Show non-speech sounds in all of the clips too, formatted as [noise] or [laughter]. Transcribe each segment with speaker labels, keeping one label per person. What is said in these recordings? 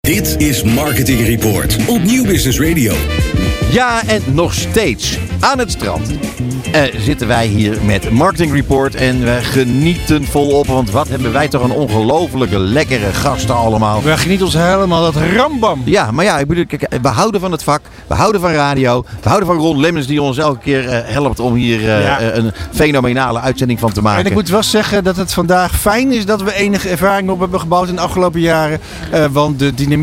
Speaker 1: Dit is Marketing Report op Nieuw Business Radio.
Speaker 2: Ja, en nog steeds aan het strand eh, zitten wij hier met Marketing Report. En we genieten volop, want wat hebben wij toch een ongelofelijke lekkere gasten allemaal.
Speaker 3: We genieten ons helemaal dat rambam.
Speaker 2: Ja, maar ja, ik bedoel, kijk, we houden van het vak, we houden van radio, we houden van Ron Lemmens die ons elke keer eh, helpt om hier eh,
Speaker 3: Ja.
Speaker 2: eh, een fenomenale uitzending van te maken.
Speaker 3: En ik moet wel zeggen dat het vandaag fijn is dat we enige ervaring op hebben gebouwd in de afgelopen jaren. Eh, want de dynamiek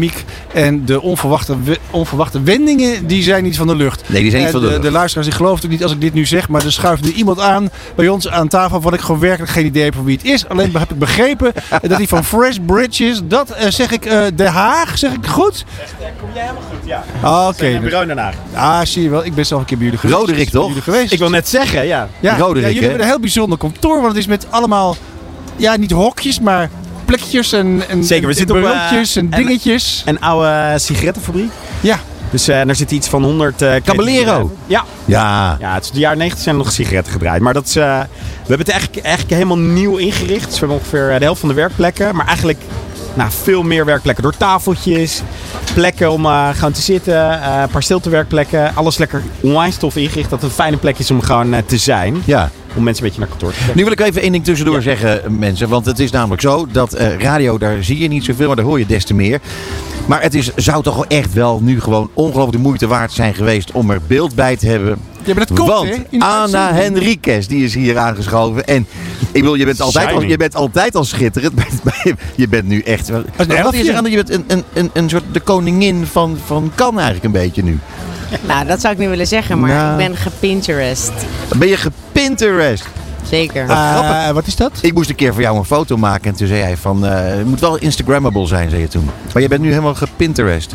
Speaker 3: en de onverwachte, we- onverwachte wendingen, die zijn niet van de lucht.
Speaker 2: Nee, die zijn niet
Speaker 3: Eh,
Speaker 2: van de lucht.
Speaker 3: De luisteraars, die gelooft het niet als ik dit nu zeg, maar er schuift nu iemand aan bij ons aan tafel van ik gewoon werkelijk geen idee heb van wie het is. Alleen heb ik
Speaker 2: [laughs]
Speaker 3: begrepen dat hij van Fresh Bridge is. Dat eh, zeg ik, eh Den Haag, zeg ik goed?
Speaker 4: Kom jij helemaal goed, ja.
Speaker 3: Ah, Oké.
Speaker 4: Oké. Bruin daarna.
Speaker 3: Ah, zie je wel. Ik ben zelf een keer bij jullie geweest.
Speaker 2: Roderick,
Speaker 3: Ik ben bij
Speaker 2: toch?
Speaker 3: jullie geweest.
Speaker 4: Ik wil net zeggen, ja.
Speaker 3: Ja,
Speaker 2: Roderick,
Speaker 3: ja, jullie
Speaker 2: hè?
Speaker 3: hebben een heel bijzonder kantoor, want het is met allemaal, ja, niet hokjes, maar plekjes en, en
Speaker 4: Zeker, we
Speaker 3: en
Speaker 4: zitten op, eh,
Speaker 3: bureautjes en
Speaker 4: en-
Speaker 3: dingetjes.
Speaker 4: Een oude eh, sigarettenfabriek.
Speaker 3: ja,
Speaker 4: Dus eh, daar zit iets van 100... eh,
Speaker 2: Caballero.
Speaker 4: Ja.
Speaker 2: Ja,
Speaker 4: ja, het is de jaren 90 zijn er nog sigaretten gedraaid. Maar dat is, eh, we hebben het eigenlijk, eigenlijk helemaal nieuw ingericht. Dus we hebben ongeveer eh, de helft van de werkplekken. Maar eigenlijk nou, veel meer werkplekken door tafeltjes. Plekken om eh, gewoon te zitten. eh, een paar stiltewerkplekken. Alles lekker online stof ingericht. Dat het een fijne plek is om gewoon eh, te zijn.
Speaker 2: ja.
Speaker 4: Om mensen een beetje naar kantoor te trekken.
Speaker 2: Nu wil ik even één ding tussendoor zeggen, mensen. Want het is namelijk zo dat eh, radio, daar zie je niet zoveel, maar daar hoor je des te meer. Maar het is, zou toch wel echt wel nu gewoon ongelooflijk de moeite waard zijn geweest om er beeld bij te hebben.
Speaker 3: ja maar dat komt, hè?
Speaker 2: Want
Speaker 3: in de
Speaker 2: Anna
Speaker 3: uitzending.
Speaker 2: Henriquez, die is hier aangeschoven. En ik bedoel, je bent altijd, al,
Speaker 4: Shiny.
Speaker 2: je bent altijd al schitterend. [laughs] maar je bent nu echt... Wat wat is
Speaker 3: elfje.
Speaker 2: er aan? dat Je bent een, een, een, een soort de koningin van, van kan eigenlijk een beetje nu.
Speaker 5: Nou, dat zou ik niet willen zeggen, maar
Speaker 2: Nou.
Speaker 5: ik ben gepinterest.
Speaker 2: Ben je gepinterest?
Speaker 5: Zeker.
Speaker 3: Ah,
Speaker 2: Grappig.
Speaker 3: wat is dat?
Speaker 2: Ik moest een keer voor jou een foto maken en toen zei hij van, eh, het moet wel Instagrammable zijn, zei je toen. Maar je bent nu helemaal gepinterest.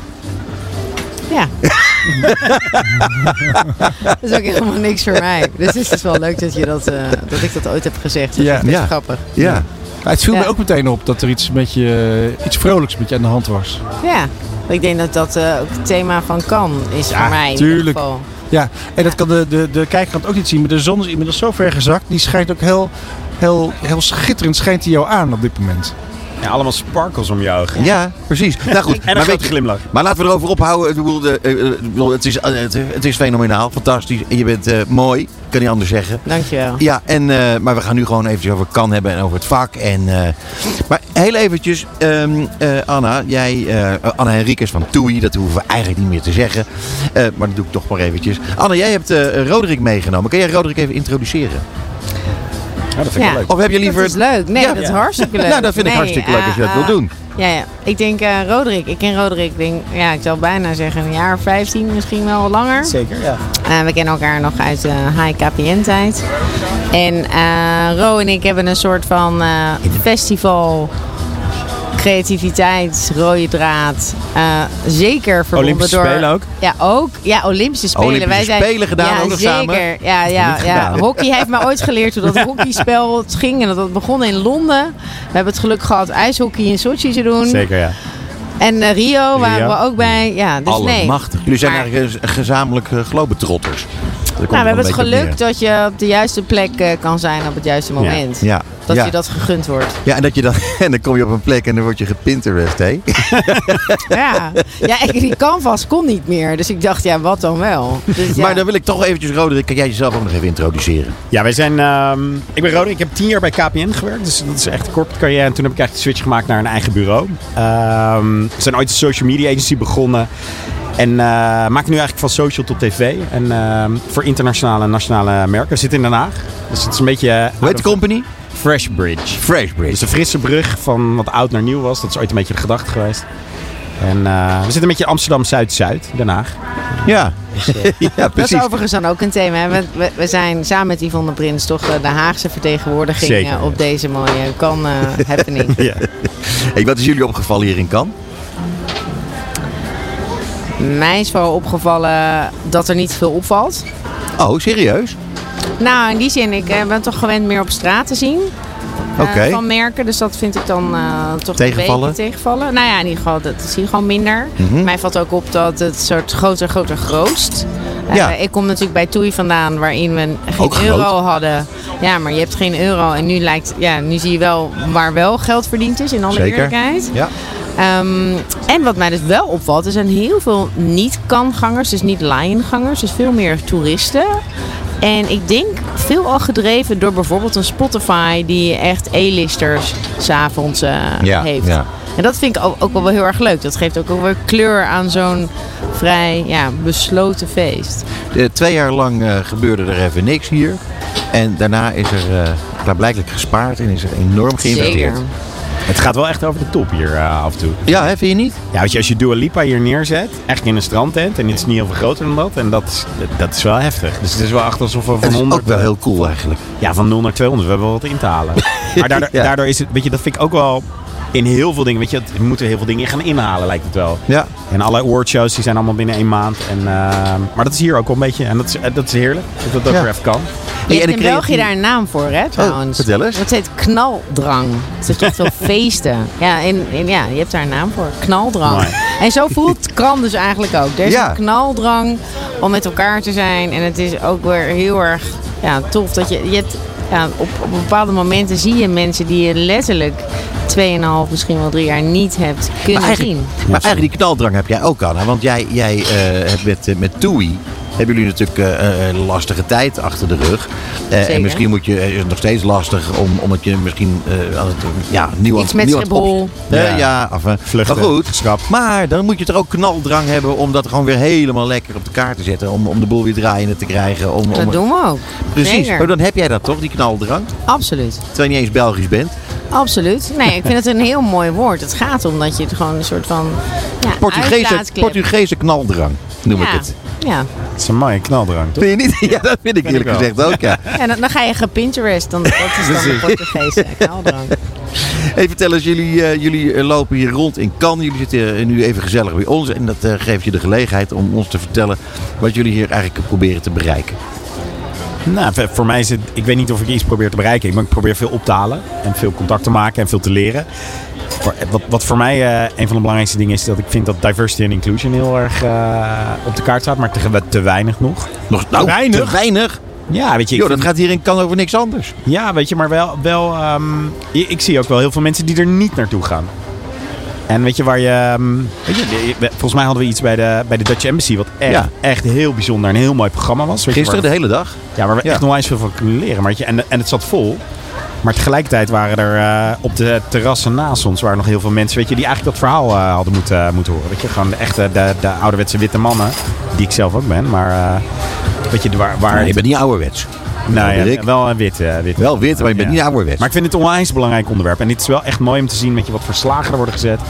Speaker 5: Ja. [laughs] dat is ook helemaal niks voor mij. Dus het is wel leuk dat, je dat, eh, dat ik dat ooit heb gezegd. Dat
Speaker 3: Ja.
Speaker 5: is best
Speaker 2: Ja.
Speaker 5: grappig.
Speaker 2: Ja.
Speaker 3: Maar het viel
Speaker 5: Ja.
Speaker 3: mij ook meteen op dat er iets, met je, iets vrolijks met je aan de hand was.
Speaker 5: Ja. Ik denk dat dat eh, ook het thema van kan is
Speaker 3: Ja,
Speaker 5: voor mij. In
Speaker 3: tuurlijk.
Speaker 5: ieder geval.
Speaker 3: Ja, en dat kan de, de, de kijker kan het ook niet zien, maar de zon is inmiddels zo ver gezakt. Die schijnt ook heel, heel, heel schitterend schijnt hij jou aan op dit moment.
Speaker 4: Ja, allemaal sparkles om je ogen.
Speaker 2: Ja,
Speaker 4: [laughs]
Speaker 2: precies. Nou goed,
Speaker 4: En
Speaker 2: maar,
Speaker 4: een
Speaker 2: weet
Speaker 4: grote
Speaker 2: je,
Speaker 4: glimlach.
Speaker 2: maar laten we erover ophouden. Ik bedoel, de, eh, eh, ik bedoel, het, is, eh, het, het is fenomenaal, fantastisch. En je bent eh, mooi, kan niet anders zeggen.
Speaker 5: Dankjewel.
Speaker 2: Ja, en, eh, maar we gaan nu gewoon eventjes over kan hebben en over het vak. En, eh, maar heel eventjes, ehm, eh, Anna, jij, eh Anna Henriques van TUI, dat hoeven we eigenlijk niet meer te zeggen. Eh, maar dat doe ik toch maar eventjes. Anna, jij hebt eh Roderick meegenomen. Kun jij Roderick even introduceren?
Speaker 4: Ja, dat vind ik
Speaker 5: Ja.
Speaker 4: wel leuk.
Speaker 2: Of heb je liever...
Speaker 5: Dat is leuk. Nee,
Speaker 2: Ja.
Speaker 5: dat is hartstikke leuk.
Speaker 2: Nou, dat vind ik
Speaker 5: Nee,
Speaker 2: hartstikke leuk als je dat
Speaker 5: eh,
Speaker 2: wilt
Speaker 5: eh,
Speaker 2: doen.
Speaker 5: Ja, ja, ik denk eh Roderick. Ik ken Roderick, ik denk, ja, ik zou bijna zeggen een jaar of 15, misschien wel wat langer.
Speaker 4: Zeker, ja.
Speaker 5: Eh, we kennen elkaar nog uit eh, de HKPN-tijd. En eh, Ro en ik hebben een soort van eh, festival creativiteit, rode draad. eh, zeker verbonden
Speaker 4: Olympische
Speaker 5: door...
Speaker 4: Spelen ook?
Speaker 5: Ja, ook. Ja, Olympische Spelen.
Speaker 2: Olympische
Speaker 5: Wij zijn,
Speaker 2: Spelen gedaan,
Speaker 5: ja,
Speaker 2: ook nog
Speaker 5: zeker.
Speaker 2: samen.
Speaker 5: Ja, ja,
Speaker 4: Niet
Speaker 5: ja.
Speaker 4: gedaan.
Speaker 5: Hockey heeft mij ooit geleerd hoe dat
Speaker 2: [laughs]
Speaker 5: hockeyspel ging. En dat dat begon in Londen. We hebben het geluk gehad ijshockey in Sochi te doen.
Speaker 4: Zeker, ja.
Speaker 5: En eh, Rio waren
Speaker 4: Rio.
Speaker 5: we ook bij. Ja, dus nee.
Speaker 2: Allemachtig. Jullie zijn
Speaker 5: Maar-
Speaker 2: eigenlijk eh, gezamenlijk eh, globetrotters. Daar komt
Speaker 5: Nou, we hebben
Speaker 2: een
Speaker 5: het
Speaker 2: beetje op
Speaker 5: geluk
Speaker 2: neer.
Speaker 5: dat je op de juiste plek eh, kan zijn op het juiste moment.
Speaker 2: Ja,
Speaker 5: Dat
Speaker 2: ja.
Speaker 5: je dat gegund
Speaker 2: [laughs]
Speaker 5: wordt.
Speaker 2: Ja, en, dat je dan, en dan kom je op een plek en dan word je gepinterest, hè?
Speaker 5: Dus Ja, ja ik, die canvas kon niet meer. Dus ik dacht, ja, wat dan wel? Dus ja.
Speaker 2: Maar dan wil ik toch eventjes, Roderick, kan jij jezelf ook nog even introduceren?
Speaker 4: Ja, wij zijn. ehm, ik ben Rode, ik heb tien jaar bij KPN gewerkt. Dus dat is echt een corporate carrière. En toen heb ik eigenlijk de switch gemaakt naar een eigen bureau. Ehm, we zijn ooit een social media agency begonnen. En eh maken nu eigenlijk van social tot tv. En ehm, voor internationale en nationale merken. We zitten in Den Haag. Dus het is een beetje. eh,
Speaker 2: Hoe heet de company?
Speaker 4: Fresh Bridge. Dus
Speaker 2: Freshbridge.
Speaker 4: de frisse brug van wat oud naar nieuw was. Dat is ooit een beetje de gedachte geweest. En eh, we zitten een beetje Amsterdam Zuid-Zuid, Den Haag.
Speaker 2: Ja. [laughs] ja,
Speaker 5: dat
Speaker 2: precies.
Speaker 5: is overigens dan ook een thema. hè. We, we, we zijn samen met Yvonne Prins toch eh, de Haagse vertegenwoordiging
Speaker 4: Zeker,
Speaker 5: eh, op
Speaker 4: ja.
Speaker 5: deze mooie
Speaker 2: [laughs]
Speaker 5: kan eh, happening.
Speaker 2: Hey, wat is jullie opgevallen hier in Cannes?
Speaker 5: Mij is vooral opgevallen dat er niet veel opvalt.
Speaker 2: Oh, serieus?
Speaker 5: Nou, in die zin, ik eh, ben toch gewend meer op straat te zien.
Speaker 2: Oké.
Speaker 5: eh, van merken. Dus dat vind ik dan eh, toch
Speaker 2: Tegenvallen?
Speaker 5: een beetje tegenvallen. Nou ja, in ieder geval, dat zie je gewoon minder.
Speaker 2: Mhm.
Speaker 5: Mij valt ook op dat het soort groter, groter, grootst. Eh,
Speaker 2: Ja.
Speaker 5: Ik kom natuurlijk bij Toei vandaan, waarin we geen
Speaker 2: Ook groot.
Speaker 5: euro hadden. Ja, maar je hebt geen euro. En nu, lijkt, ja, nu zie je wel waar wel geld verdiend is, in alle
Speaker 2: Zeker.
Speaker 5: eerlijkheid.
Speaker 2: Ja.
Speaker 5: Ehm, en wat mij dus wel opvalt, er zijn heel veel niet-kangangers, dus niet lion-gangers, dus veel meer toeristen. En ik denk veelal gedreven door bijvoorbeeld een Spotify die echt E-listers s'avonds eh
Speaker 2: Ja,
Speaker 5: heeft.
Speaker 2: ja.
Speaker 5: En dat vind ik ook, ook wel heel erg leuk. Dat geeft ook wel weer kleur aan zo'n vrij ja, besloten feest.
Speaker 2: Eh, twee jaar lang eh, gebeurde er even niks hier. En daarna is er eh, klaarblijkelijk gespaard en is er enorm geïnvesteerd.
Speaker 5: Zeker.
Speaker 4: Het gaat wel echt over de top hier eh, af en toe.
Speaker 2: Ja, hè, vind je niet?
Speaker 4: Ja, weet je, als je Dua Lipa hier neerzet, echt in een strandtent, en het is niet heel veel groter dan dat, en dat is, dat is wel heftig. Dus het is wel echt alsof we
Speaker 2: Dat
Speaker 4: van
Speaker 2: is
Speaker 4: 100...
Speaker 2: ook wel heel cool eigenlijk.
Speaker 4: Ja, van 0 naar 200, we hebben wel wat in te [laughs] halen. maar daardoor,
Speaker 2: Ja.
Speaker 4: daardoor is het, weet je, dat vind ik ook wel in heel veel dingen, weet je, dat- we moeten heel veel dingen gaan inhalen, lijkt het wel.
Speaker 2: Ja.
Speaker 4: En alle awardshows, die zijn allemaal binnen één maand. En, ehm, maar dat is hier ook wel een beetje, en dat is, eh, dat is heerlijk, dat dat ook
Speaker 2: Ja.
Speaker 4: weer even kan.
Speaker 5: Je
Speaker 2: Hey, en
Speaker 5: hebt
Speaker 2: de
Speaker 5: in
Speaker 2: creatieve-
Speaker 5: België daar een naam voor, hè, trouwens.
Speaker 2: vertel eens.
Speaker 5: Dat heet knaldrang. Het is echt veel
Speaker 2: [laughs]
Speaker 5: feesten. Ja, en, en ja, je hebt daar een naam voor. Knaldrang.
Speaker 4: Mooi.
Speaker 5: En zo voelt Kran dus eigenlijk ook. Er is
Speaker 2: Ja.
Speaker 5: een knaldrang om met elkaar te zijn. En het is ook weer heel erg ja, tof dat je... je hebt, ja, op, op bepaalde momenten zie je mensen die je letterlijk 2,5, misschien wel drie jaar niet hebt
Speaker 2: Maar
Speaker 5: kunnen
Speaker 2: eigenlijk,
Speaker 5: zien.
Speaker 2: maar eigenlijk die knaldrang heb jij ook, Anna. Want jij, jij eh, hebt met, eh, met Toei... Hebben jullie natuurlijk eh, een lastige tijd achter de rug. Eh,
Speaker 5: Zeker.
Speaker 2: en misschien moet je, is het nog steeds lastig om, omdat je misschien eh, aan het, ja, nieuw aan
Speaker 5: Iets met
Speaker 2: nieuw aan het
Speaker 5: Schiphol.
Speaker 2: op- Eh,
Speaker 4: Ja.
Speaker 2: ja, af, eh,
Speaker 4: Vluchten,
Speaker 2: Maar goed,
Speaker 4: schrap.
Speaker 2: maar dan moet je toch ook knaldrang hebben om dat gewoon weer helemaal lekker op de kaart te zetten. Om, om de boel weer draaiende te krijgen. Om, om,
Speaker 5: Dat doen we ook.
Speaker 2: precies.
Speaker 5: Zeker.
Speaker 2: Maar dan heb jij dat toch, die knaldrang?
Speaker 5: Absoluut.
Speaker 2: Terwijl je niet eens Belgisch bent.
Speaker 5: Absoluut. Nee, ik vind het een heel mooi woord. Het gaat om dat je het gewoon een soort van ja,
Speaker 2: Portugese,
Speaker 5: uitlaatklep-
Speaker 2: Portugese knaldrang noem ik
Speaker 5: ja.
Speaker 2: het.
Speaker 5: Ja.
Speaker 4: Het is een mooie knaldrang, toch?
Speaker 2: Vind je niet? [laughs] Ja, dat vind ik eerlijk
Speaker 4: wel.
Speaker 2: gezegd ook, ja.
Speaker 5: En dan, dan ga je Pinterest. Dan, dat is dan de Portugese knaldrang.
Speaker 2: Even vertel eens, jullie, eh, jullie eh, lopen hier rond in Cannes. Jullie zitten eh, nu even gezellig bij ons. En dat eh, geeft je de gelegenheid om ons te vertellen wat jullie hier eigenlijk proberen te bereiken.
Speaker 4: Nou, v- voor mij is het. Ik weet niet of ik iets probeer te bereiken. Ik- Maar ik probeer veel op te halen. En veel contact te maken en veel te leren. Voor- Wat, wat voor mij eh, een van de belangrijkste dingen is dat ik vind dat diversity en inclusion heel erg eh, op de kaart staat, maar te, te weinig nog.
Speaker 2: Nog nou,
Speaker 3: Weinig.
Speaker 2: te weinig.
Speaker 4: Ja, weet je, ik
Speaker 2: Joh,
Speaker 4: vind-
Speaker 2: dat gaat hier in Cannes over niks anders.
Speaker 4: ja, weet je maar wel. wel ehm, ik, ik zie ook wel heel veel mensen die er niet naartoe gaan. En weet je waar je. ehm, weet je, de- we- volgens mij hadden we iets bij de, bij de Dutch Embassy, wat echt,
Speaker 2: Ja.
Speaker 4: echt heel bijzonder en een heel mooi programma was. Weet je, waar-
Speaker 2: Gisteren de hele dag.
Speaker 4: Ja, waar we
Speaker 2: Ja.
Speaker 4: echt onwijs veel van kunnen leren. Maar weet je, en, en het zat vol. Maar tegelijkertijd waren er eh, op de terrassen naast ons waren nog heel veel mensen weet je, die eigenlijk dat verhaal eh, hadden moeten, moeten horen. Weet je, gewoon de echte de, de ouderwetse witte mannen, die ik zelf ook ben. Maar eh, weet je, de waar, waar
Speaker 2: Maar je bent niet ouderwets.
Speaker 4: nou, ja,
Speaker 2: ben ik.
Speaker 4: wel een witte, witte.
Speaker 2: Wel wit, maar je bent
Speaker 4: Ja.
Speaker 2: niet ouderwets.
Speaker 4: Maar ik vind het een onwijs belangrijk onderwerp. En dit is wel echt mooi om te zien met je wat voor slagen er worden gezet.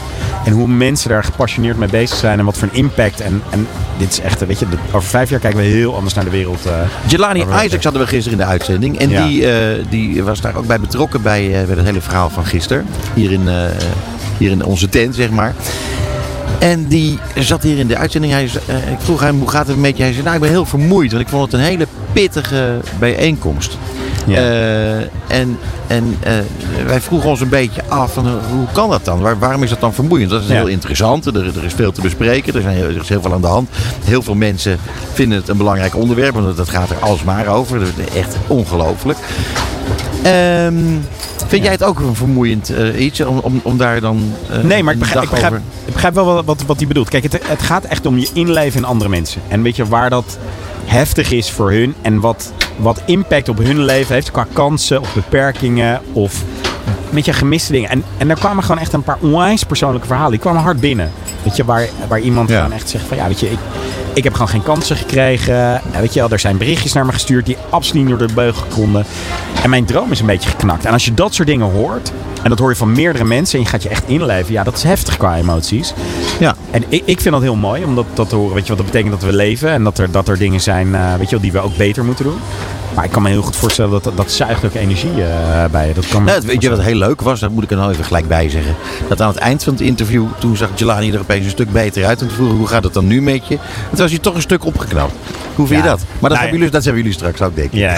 Speaker 4: En hoe mensen daar gepassioneerd mee bezig zijn. En wat voor een impact. En, en dit is echt, eh, weet je, de- over vijf jaar kijken we heel anders naar de wereld. eh,
Speaker 2: Jelani
Speaker 4: Maar we-
Speaker 2: Isaacs hadden we gisteren in de uitzending. En
Speaker 4: Ja.
Speaker 2: die, eh, die was daar ook bij betrokken bij, eh, bij het hele verhaal van gisteren. Hier in, eh, hier in onze tent, zeg maar. En die zat hier in de uitzending. Hij, z- eh, ik vroeg hem hoe gaat het met je. Hij zei, nou ik ben heel vermoeid. Want ik vond het een hele pittige bijeenkomst.
Speaker 4: Ja.
Speaker 2: Eh, en en eh, wij vroegen ons een beetje af van eh, hoe kan dat dan? Waar- waarom is dat dan vermoeiend? Dat is
Speaker 4: Ja.
Speaker 2: heel interessant. Er, er is veel te bespreken. Er, zijn, heel- er is heel veel aan de hand. Heel veel mensen vinden het een belangrijk onderwerp. Want dat gaat er alsmaar over. Dat is echt ongelooflijk. Ehm, vind jij het ook een vermoeiend eh, iets om, om, om daar dan eh,
Speaker 4: Nee, maar ik
Speaker 2: een
Speaker 4: begrijp, ik
Speaker 2: dag
Speaker 4: begrijp,
Speaker 2: over-
Speaker 4: ik begrijp wel wat, wat, wat hij bedoelt. Kijk, het, het gaat echt om je inleven in andere mensen. En weet je waar dat heftig is voor hun en wat, wat impact op hun leven heeft qua kansen of beperkingen of met je gemiste dingen. En, en daar kwamen gewoon echt een paar onwijs persoonlijke verhalen. Die kwamen hard binnen. Weet je, waar, waar iemand
Speaker 2: Ja.
Speaker 4: gewoon echt zegt van ja, weet je, ik, ik heb gewoon geen kansen gekregen. En weet je wel, er zijn berichtjes naar me gestuurd die absoluut niet door de beugel konden. En mijn droom is een beetje geknakt. En als je dat soort dingen hoort, en dat hoor je van meerdere mensen en je gaat je echt inleven. Ja, dat is heftig qua emoties.
Speaker 2: Ja.
Speaker 4: En ik, ik vind dat heel mooi om dat, dat te horen. Weet je, want dat betekent dat we leven en dat er, dat er dingen zijn eh, weet je wel, die we ook beter moeten doen. Maar ik kan me heel goed voorstellen dat dat, dat zuigt ook energie eh, bij je. Dat kan
Speaker 2: Nou, het- weet je wat heel leuk was? Dat moet ik er nou even gelijk bij zeggen. Dat aan het eind van het interview, toen zag Jelani er opeens een stuk beter uit. En toen vroeg ik, hoe gaat het dan nu met je? En toen was hij toch een stuk opgeknapt. Hoe vind
Speaker 4: Ja.
Speaker 2: je dat? Maar dat,
Speaker 4: Nou ja.
Speaker 2: hebben jullie, dat hebben jullie straks ook, denk ik.
Speaker 4: Ja,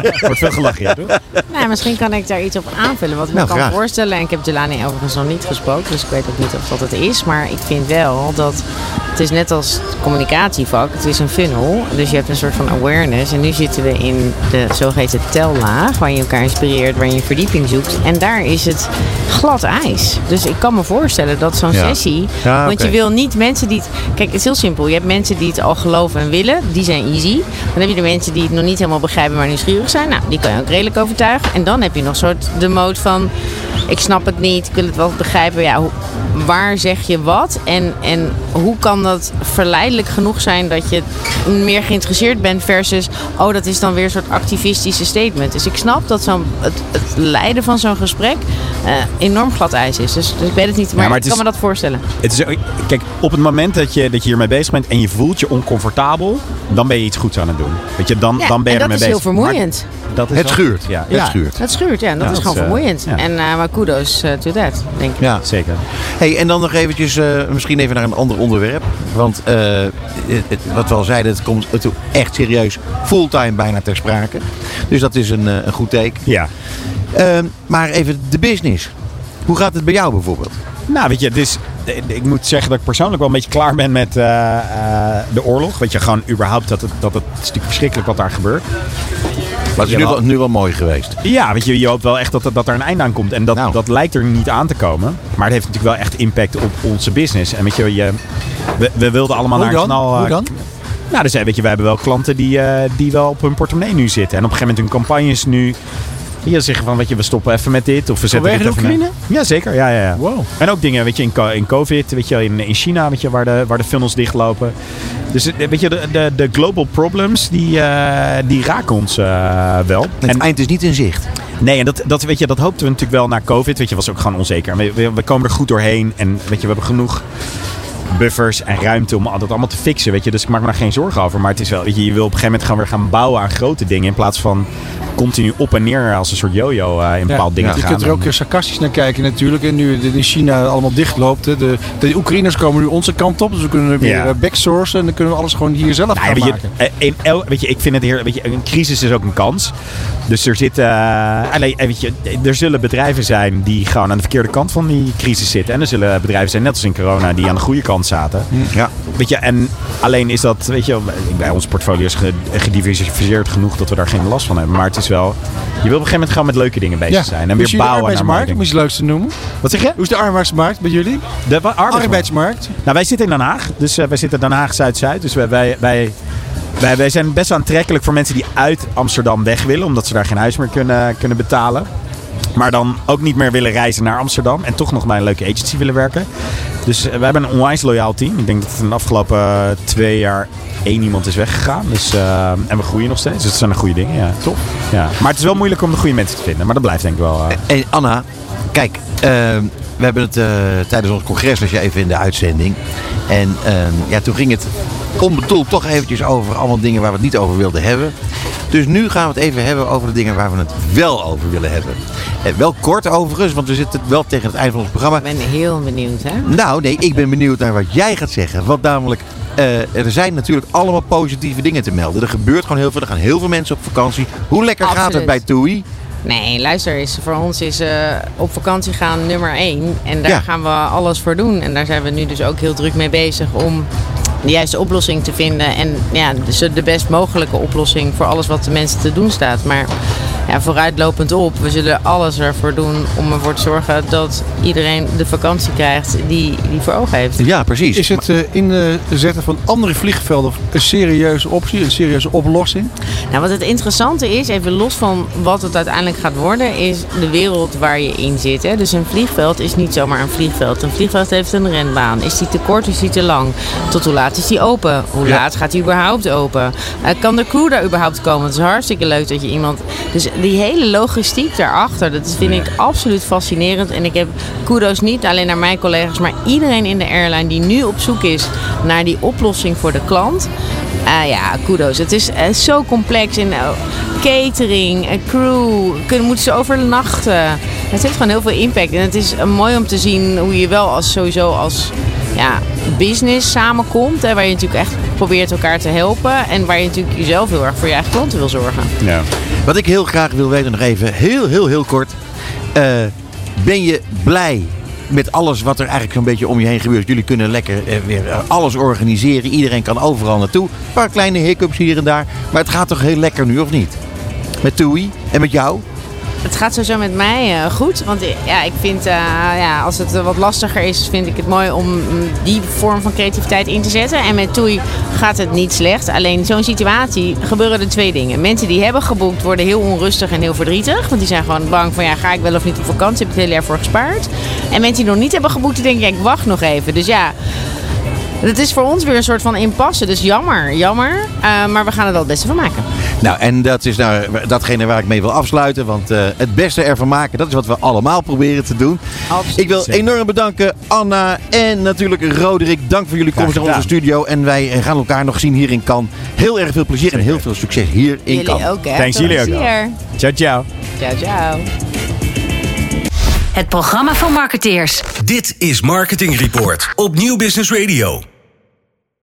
Speaker 2: [laughs]
Speaker 4: [laughs] Wordt veel gelachen, ja, toch?
Speaker 5: Nou, misschien kan ik daar iets op aanvullen. Wat ik
Speaker 2: Nou,
Speaker 5: me kan
Speaker 2: graag.
Speaker 5: voorstellen. En ik heb Jelani overigens nog niet gesproken. Dus ik weet ook niet of dat het is. Maar ik vind wel dat Het is net als het communicatievak, het is een funnel. Dus je hebt een soort van awareness. En nu zitten we in de zogeheten tellaag, waar je elkaar inspireert, waar je verdieping zoekt. En daar is het glad ijs. Dus ik kan me voorstellen dat zo'n
Speaker 2: Ja.
Speaker 5: sessie.
Speaker 2: Ja,
Speaker 5: want
Speaker 2: oké.
Speaker 5: je wil niet mensen die het. Kijk, het is heel simpel. Je hebt mensen die het al geloven en willen, die zijn easy. Dan heb je de mensen die het nog niet helemaal begrijpen, maar nieuwsgierig zijn. Nou, die kan je ook redelijk overtuigen. En dan heb je nog soort de mode van. Ik snap het niet, ik wil het wel begrijpen. Ja, hoe- waar zeg je wat? En, en hoe kan dat verleidelijk genoeg zijn dat je meer geïnteresseerd bent versus... oh, dat is dan weer een soort activistische statement. Dus ik snap dat zo'n, het, het leiden van zo'n gesprek eh, enorm glad ijs is. Dus, dus ik weet het niet, maar,
Speaker 4: maar
Speaker 5: ik
Speaker 4: het
Speaker 5: kan
Speaker 4: is-
Speaker 5: me dat voorstellen.
Speaker 4: Het is, ook- kijk, op het moment dat je, dat je hiermee bezig bent en je voelt je oncomfortabel, dan ben je iets goeds aan het doen. Weet je, dan,
Speaker 5: Ja,
Speaker 4: dan ben je
Speaker 5: en
Speaker 4: ermee
Speaker 5: dat is heel
Speaker 4: bezig. Maar
Speaker 5: vermoeiend.
Speaker 4: dat is
Speaker 2: Het
Speaker 4: wel-
Speaker 2: schuurt.
Speaker 4: Ja,
Speaker 2: Het
Speaker 4: ja,
Speaker 2: schuurt.
Speaker 5: Dat schuurt, ja. en Dat
Speaker 4: Ja,
Speaker 5: is
Speaker 4: dat
Speaker 5: gewoon
Speaker 4: is, eh,
Speaker 5: vermoeiend.
Speaker 4: ja.
Speaker 5: En eh, maar kudos eh, to that, denk ik.
Speaker 2: Ja.
Speaker 4: Zeker.
Speaker 2: Hey, en dan nog eventjes, eh, misschien even naar een ander onderwerp. Want eh, het- het- wat we al zeiden, het komt het komt echt serieus fulltime bijna ter sprake. Dus dat is een, eh, een goed teken.
Speaker 4: Ja.
Speaker 2: Ehm, maar even de business. Hoe gaat het bij jou bijvoorbeeld?
Speaker 4: Nou, weet je, dus, ik moet zeggen dat ik persoonlijk wel een beetje klaar ben met eh, eh, de oorlog. Weet je, gewoon überhaupt dat het, dat het, het is natuurlijk verschrikkelijk wat daar gebeurt.
Speaker 2: Dat is nu
Speaker 4: Jawel.
Speaker 2: wel, nu wel mooi geweest.
Speaker 4: Ja, weet je, je hoopt wel echt dat, dat daar een einde aan komt. En dat,
Speaker 2: Nou.
Speaker 4: dat lijkt er niet aan te komen. Maar het heeft natuurlijk wel echt impact op onze business. En weet je, je we, we wilden allemaal
Speaker 3: Hoe
Speaker 4: naar een
Speaker 3: dan?
Speaker 4: knal... eh,
Speaker 3: Hoe dan?
Speaker 4: Nou, dus eh, weet je, we hebben wel klanten die, eh, die wel op hun portemonnee nu zitten. En op een gegeven moment hun campagnes nu... Die zeggen van, weet je, we stoppen even met dit. Of we zetten
Speaker 3: Vanwege
Speaker 4: dit
Speaker 3: de
Speaker 4: even...
Speaker 3: Oekraïne?
Speaker 4: Ja, zeker. Ja, ja, ja.
Speaker 3: Wow.
Speaker 4: En ook dingen, weet je, in, co- in COVID, weet je, in, in China, weet je, waar de, waar de funnels dichtlopen. Dus eh, weet je, de, de, de global problems, die, eh, die raken ons eh, wel.
Speaker 2: Het eind is niet in zicht.
Speaker 4: Nee, en dat, dat, weet je, dat hoopten we natuurlijk wel na COVID. Weet je, was ook gewoon onzeker. We, we, we komen er goed doorheen en weet je, we hebben genoeg buffers en ruimte om al dat allemaal te fixen. Weet je. Dus ik maak me daar geen zorgen over. Maar het is wel, weet je, je wil op een gegeven moment gaan weer gaan bouwen aan grote dingen. In plaats van continu op en neer als een soort yo-yo eh, in bepaalde dingen
Speaker 3: je
Speaker 4: te
Speaker 3: kunt er
Speaker 4: gaan.
Speaker 3: ook weer sarcastisch naar kijken natuurlijk. En nu dit in China allemaal dichtloopt. hè, De, de Oekraïners komen nu onze kant op. Dus we kunnen weer
Speaker 4: Ja.
Speaker 3: eh, backsourcen. En dan kunnen we alles gewoon hier zelf
Speaker 4: Nou ja,
Speaker 3: gaan
Speaker 4: weet, je,
Speaker 3: maken.
Speaker 4: eh, in el- weet je, ik vind het heerlijk. Weet je, een crisis is ook een kans. Dus er zitten. eh, alleen, eh, weet je, er zullen bedrijven zijn die gewoon aan de verkeerde kant van die crisis zitten. En er zullen bedrijven zijn, net als in corona, die aan de goede kant zaten.
Speaker 2: Ja.
Speaker 4: Weet je, en alleen is dat, weet je, wel, bij ons portfolio is ge- gediversifieerd genoeg dat we daar geen last van hebben. Maar het is wel, je wil op een gegeven moment gewoon met leuke dingen bezig zijn. En
Speaker 3: Hoe is
Speaker 4: weer
Speaker 3: jullie
Speaker 4: bouwen naar mooie
Speaker 3: arbeidsmarkt? Moet
Speaker 4: dingen.
Speaker 3: je het leukste noemen?
Speaker 4: Wat zeg je?
Speaker 3: Hoe is de arbeidsmarkt bij jullie?
Speaker 4: De wa- arbeidsmarkt.
Speaker 3: Arbeidsmarkt.
Speaker 4: Nou, wij zitten in Den Haag. Dus eh, wij zitten Den Haag Zuid-Zuid. Dus wij, wij, wij, wij, wij zijn best aantrekkelijk voor mensen die uit Amsterdam weg willen. Omdat ze daar geen huis meer kunnen, kunnen betalen. Maar dan ook niet meer willen reizen naar Amsterdam. En toch nog bij een leuke agency willen werken. Dus eh, we hebben een onwijs loyaal team. Ik denk dat in de afgelopen eh, twee jaar één iemand is weggegaan. Dus, eh, en we groeien nog steeds. Dus dat zijn de goede dingen. Ja. Top. Ja. Maar het is wel moeilijk om de goede mensen te vinden. Maar dat blijft denk ik wel. eh,
Speaker 2: En Anna, kijk, ehm, we hebben het eh, tijdens ons congres, was je even in de uitzending. En ehm, ja, toen ging het onbedoeld toch eventjes over allemaal dingen waar we het niet over wilden hebben. Dus nu gaan we het even hebben over de dingen waar we het wel over willen hebben. Eh, wel kort overigens, want we zitten wel tegen het eind van ons programma.
Speaker 5: Ik ben heel benieuwd, hè?
Speaker 2: Nou, nee, ik ben benieuwd naar wat jij gaat zeggen. Want namelijk, eh, er zijn natuurlijk allemaal positieve dingen te melden. Er gebeurt gewoon heel veel. Er gaan heel veel mensen op vakantie. Hoe lekker gaat het
Speaker 5: Absoluut.
Speaker 2: bij TUI?
Speaker 5: Nee, luister eens. Voor ons is eh, op vakantie gaan nummer één. En daar
Speaker 2: Ja.
Speaker 5: gaan we alles voor doen. En daar zijn we nu dus ook heel druk mee bezig om de juiste oplossing te vinden. En ja, dus de best mogelijke oplossing voor alles wat de mensen te doen staat. Maar ja, vooruitlopend op, we zullen alles ervoor doen om ervoor te zorgen dat iedereen de vakantie krijgt die, die voor ogen heeft.
Speaker 2: Ja, precies.
Speaker 3: Is het eh, inzetten van andere vliegvelden een serieuze optie, een serieuze oplossing?
Speaker 5: Nou, wat het interessante is, even los van wat het uiteindelijk gaat worden, is de wereld waar je in zit. Hè? Dus een vliegveld is niet zomaar een vliegveld. Een vliegveld heeft een renbaan. Is die te kort, is die te lang? Tot hoe laat is die open? Hoe laat gaat die überhaupt open? Eh, kan de crew daar überhaupt komen? Het is hartstikke leuk dat je iemand... Dus die hele logistiek daarachter, dat vind ik absoluut fascinerend. En ik heb kudos niet alleen naar mijn collega's, maar iedereen in de airline die nu op zoek is naar die oplossing voor de klant. Ah ja, kudos. Het is eh, zo complex in eh, catering, eh, crew, kunnen, moeten ze overnachten. Het heeft gewoon heel veel impact. En het is eh, mooi om te zien hoe je wel als sowieso als ja, business samenkomt. Hè, waar je natuurlijk echt probeert elkaar te helpen. En waar je natuurlijk jezelf heel erg voor je eigen klanten wil zorgen.
Speaker 4: ja.
Speaker 2: Wat ik heel graag wil weten, nog even heel, heel, heel kort. Eh, ben je blij met alles wat er eigenlijk zo'n beetje om je heen gebeurt. Jullie kunnen lekker eh, weer eh, alles organiseren. Iedereen kan overal naartoe. Een paar kleine hiccups hier en daar. Maar het gaat toch heel lekker nu, of niet? Met Toei en met jou?
Speaker 5: Het gaat sowieso met mij eh, goed. Want eh, ja, ik vind, eh, ja, als het eh, wat lastiger is, vind ik het mooi om mm, die vorm van creativiteit in te zetten. En met Toei gaat het niet slecht. Alleen in zo'n situatie gebeuren er twee dingen. Mensen die hebben geboekt worden heel onrustig en heel verdrietig. Want die zijn gewoon bang van, ja, ga ik wel of niet op vakantie? Heb ik het hele jaar voor gespaard. En mensen die nog niet hebben geboekt, die denken, ja, ik wacht nog even. Dus ja, dat is voor ons weer een soort van impasse. Dus jammer, jammer. Eh, maar we gaan er wel het beste van maken.
Speaker 2: Nou, en dat is nou datgene waar ik mee wil afsluiten. Want eh, het beste ervan maken, dat is wat we allemaal proberen te doen.
Speaker 5: Absoluut.
Speaker 2: Ik wil enorm bedanken Anna en natuurlijk Roderick. Dank voor jullie komst naar onze
Speaker 4: gedaan.
Speaker 2: studio. En wij eh, gaan elkaar nog zien hier in Cannes. Heel erg veel plezier en heel veel succes hier in Cannes.
Speaker 5: Jullie ook, hè?
Speaker 4: Thanks,
Speaker 5: Veel
Speaker 4: jullie ook.
Speaker 5: plezier.
Speaker 4: Ciao, ciao.
Speaker 5: Ciao, ciao.
Speaker 6: Het programma van marketeers.
Speaker 1: Dit is Marketing Report op Nieuw Business Radio.